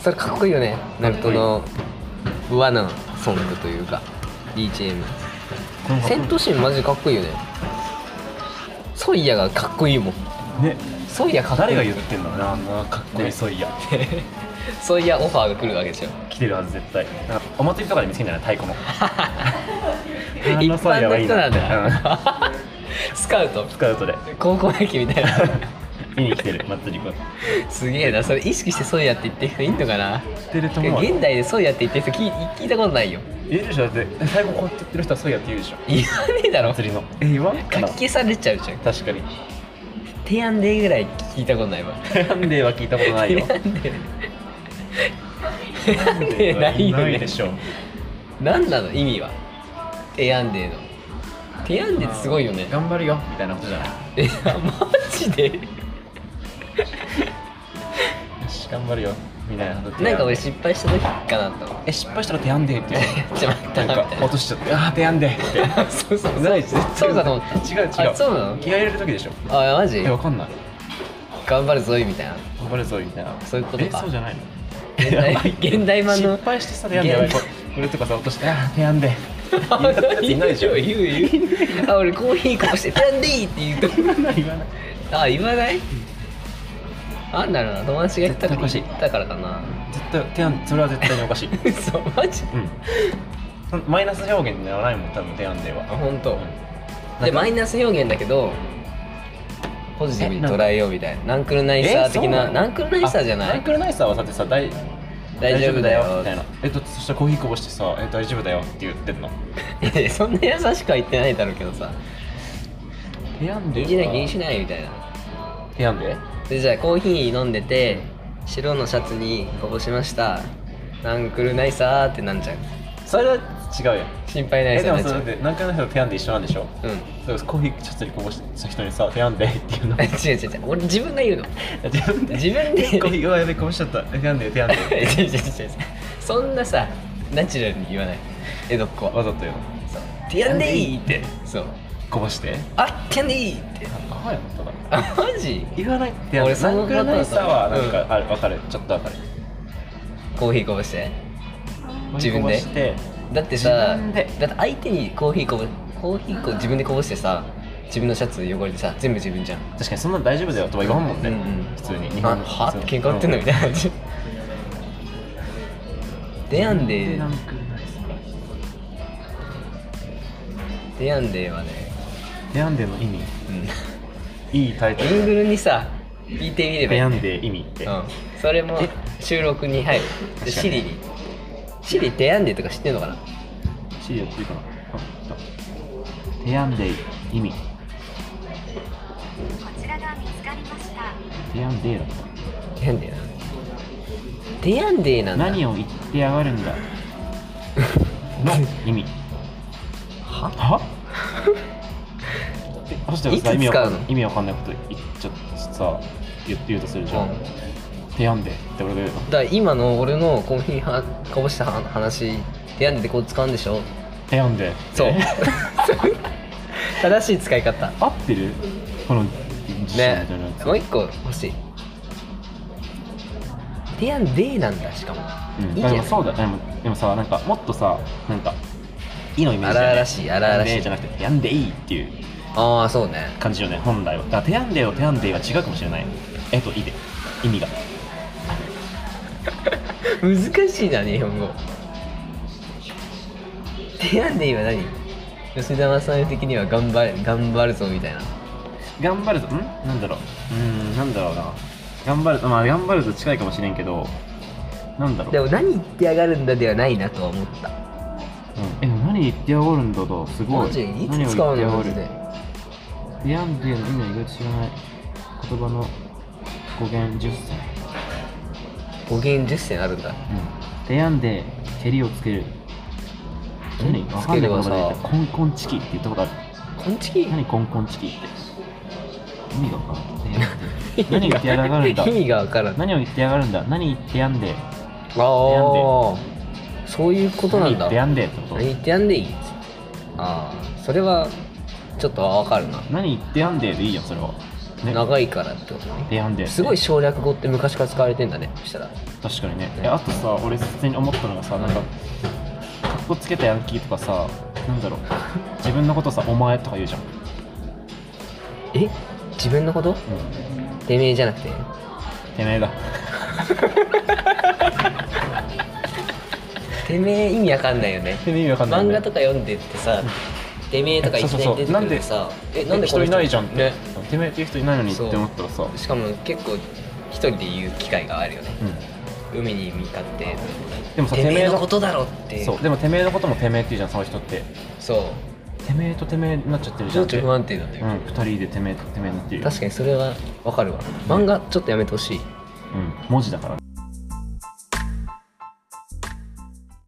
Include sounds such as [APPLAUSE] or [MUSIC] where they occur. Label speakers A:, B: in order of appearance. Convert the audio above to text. A: それかっこいいよねナルトの和なソングというか BGM
B: この
A: 戦闘シーンマジかっこいいよねソイヤがかっこいいもん
B: ね
A: ソイヤかっこい
B: 誰
A: い
B: が言ってんだろうなあんなかっこいいソイヤ
A: ソイヤオファーが来るわけでしょ
B: 来てるはず絶対なんかお祭りとかで見つけんじゃない太鼓 [LAUGHS] のあ
A: 一
B: のソイ
A: 般
B: ヤ
A: の
B: はいい
A: 人なん
B: うん
A: だ [LAUGHS] スカウト
B: スカウトで [LAUGHS]
A: 高校野球みたいな
B: 見に来てる祭り君
A: すげえなそれ意識してソイヤって言ってる人いんのかな
B: 知ってると思う
A: 現代でソイヤって言ってる人聞い聞いたことないよ
B: いるでしょだって最後こうやって言ってる人はソイヤって言うでしょ
A: 言わねえだ
B: [LAUGHS]
A: ろ
B: 祭りのえ言わんか
A: 書
B: な
A: き消されちゃうじゃん
B: 確かに
A: 提案でぐらい聞いたことないわ
B: なんでは聞いたこと
A: [LAUGHS]
B: ないよ
A: なんでなんでないよ
B: ない
A: ね
B: でしょ
A: 何なの意味は提案デーの提案デーってすごいよね
B: 頑張るよみたいなことじゃない
A: [LAUGHS] えマジで
B: よし頑張るよみたいなこと
A: なんか俺失敗した時かなと思って
B: え失敗したら手やんでって言う
A: やっちまった
B: な
A: な
B: ん
A: み
B: か
A: たい
B: 落としちゃってあー手やんでって
A: なそうそうそう
B: ない絶対
A: そうかと思った
B: 違う違う
A: あそうなの
B: 気合い入れる時でしょ
A: あマジ
B: えわかんない
A: 頑張るぞいみたいな
B: 頑張るぞみたいな
A: そういうことか
B: えそうじゃないの
A: 現代現代版の
B: 失敗してさ手やんでやばい
A: 現
B: ここれとかさ落としてあー手や
A: [LAUGHS]
B: んでいないでしょ
A: 言うよ言うよあ俺コーヒーこぼして「ペンディー!」って言う
B: 言わない言わない
A: とあ言わないなんだろうな友達が言ったから
B: 絶対お
A: 言ったからかな
B: 絶対手やんそれは絶対におかしいう
A: 嘘マジ
B: んそマイナス表現ではないもん多分手やんでは
A: あ本当。
B: なん
A: で
B: か
A: マイナス表現だけどポジティブに捉えようみたいなナンクルナイサー的なナンクルナイサーじゃな
B: ナン
A: い
B: クルナイサーはさてさ大
A: 大丈夫だよ
B: 大みたいなえっとそしたらコーヒーこぼしてさえ大丈夫だよって言ってんの
A: [LAUGHS] いやいやそんな優しくは言ってないだろうけどさ
B: ペヤン
A: 気
B: デ
A: にしない気にしないみたいな
B: ペヤンデ
A: でじゃあコーヒー飲んでて白のシャツにこぼしましたナンクルナイサーってなんちゃう
B: それは違うやん
A: 心配ない
B: え
A: さ
B: でも
A: なっ
B: そ
A: ちゃ
B: れ
A: う
B: でナンクルナイサーとペヤンデ一緒なんでしょ
A: うん [LAUGHS]
B: だからコーヒーちょっとにこぼした人にさペヤンデっていうの
A: 違う違う違う俺自分が言うの
B: [LAUGHS] 自分で
A: 自分で
B: コーヒーうわやべこぼしちゃったペヤンデペヤンデ
A: [LAUGHS] 違う違う違う違うそんなさナチュラルに言わない江戸っ子は
B: わざとよ
A: そうティアンディーってそう
B: こぼして
A: あティアンディーって
B: あはやっただ
A: あマジ
B: 言わないって
A: 俺
B: ナ
A: その
B: ンクルナイサーはなん
A: う
B: かあれわかるちょっとわかる
A: コーヒーこぼして自分で
B: コーヒーこぼして
A: だってさ
B: 自分で
A: だって相手にコーヒーこぼコーヒーこ自分でこぼしてさ自分のシャツ汚れてさ全部自分じゃん
B: 確かにそんなの大丈夫だよとは言わんもんね、
A: うんうん
B: 普通に日
A: あ
B: 本
A: はって喧嘩売ってんのみたいな感じデアンデーデアンデーはね
B: ペヤンデの意味
A: うん
B: いいタイトル
A: Google にさ聞いてみれば
B: ペ
A: いい
B: ヤンデ意味って、
A: うん、それも
B: え
A: 収録に入る
B: 確か
A: で
B: に
A: シリにシリデアンデーとか知ってんのかな
B: C やっていいかなペヤンデ意味
C: こちらが見つかりました。
B: ペヤンデだっ
A: デアンデーなデアンデーな
B: た
A: んだ
B: 何を言ってやがる
A: [LAUGHS]
B: んだの意味
A: は
B: はえそしたらさ
A: い
B: 意
A: つ
B: 味わ
A: 使
B: か
A: うんの
B: 意味わかんないこと言っちゃってさ言って言うとするじゃん、
A: うん
B: ペヤンデって俺が言うの
A: だから今の俺のコーヒーはこぼした話デアンデーってこう使うんでしょ
B: ペヤンデ
A: そう [LAUGHS] 正しい使い方
B: 合ってるこの辞書
A: ね
B: みたいなやつ
A: もう一個欲しいデアンデーなんだしかも、
B: うん、
A: いい
B: で
A: じゃ
B: も
A: ん
B: そうだでもでもさなんかもっとさなんかいいのイメージ
A: 荒々しい荒々しい
B: やんでじゃなくてやんでいいっていう
A: ああそうね
B: 感じよね本来はだから手やんでよ手やんでいは違うかもしれないえっといいで意味が
A: 難しいな日本語デアンデーは何吉田正尚的には頑張れ頑張るぞみたいな
B: 頑張るぞんなんだろううーんなんだろうな頑張るとまあ頑張ると近いかもしれんけどなんだろう、
A: でも何言ってやがるんだではないなとは思った
B: うん、え何言ってやがるんだとすごい
A: マジい
B: 何を
A: つ使うの
B: 言
A: マ
B: って
A: ジ
B: や
A: で
B: がる手やんでよの意味は意外と知らない言葉の語源10歳
A: 語源10選あるんだ
B: 手やんで蹴りをつける何わ
A: つ
B: か
A: け
B: んな
A: る
B: い言
A: は
B: 葉
A: さ
B: で言ったコンコンチキって言ったことある
A: こんちき
B: 何コンコンチキって意味がわかんない
A: [LAUGHS]
B: 手やんで何を言ってやがるんだ
A: 意味がわからんあ
B: 何を言ってやがるんだ何言ってやんで
A: あーそういうことな
B: 何
A: ん
B: 言
A: だ
B: ってやんでってこと
A: 何言ってやんでいいああそれはちょっとわかるな
B: 何言ってやんででいいよそれはね
A: 長いからってことね
B: 提案で。
A: すごい省略語って昔から使われてんだねそしたら
B: 確かにねえあとさ俺普通に思ったのがさなんかかっこつけたヤンキーとかさなんだろう自分のことさ「お前」とか言うじゃん、
A: え自分のこと
B: うん、
A: てめえじゃなくて
B: てめえだ [LAUGHS]
A: てめえ意味わかんないよね
B: てめえ意味わかんない、
A: 漫
B: ね、
A: 画とか読んでってさてめえとか一
B: そうそうそ
A: 年出て
B: う
A: くるとさえなんでこ
B: 人
A: の
B: いないじゃんって、
A: ね
B: てめえっていう人いないのにって
A: そう
B: 思ったらさ
A: しかも結構一人で言う機会があるよね
B: うん
A: 海に向かって
B: でもさ
A: てめえのこ
B: の
A: とだろって
B: そうでもてめえのこともてめえって言うじゃんその人って
A: そう
B: てめえとてめえになっちゃってるじ
A: ち
B: ゃ
A: ょ
B: ん
A: っと不安定なんだ
B: う
A: よ、
B: ん、二人でてめえとてめえになってるよ
A: 確かにそれはわかるわ漫画ちょっとやめてほしい
B: うん、文字だからね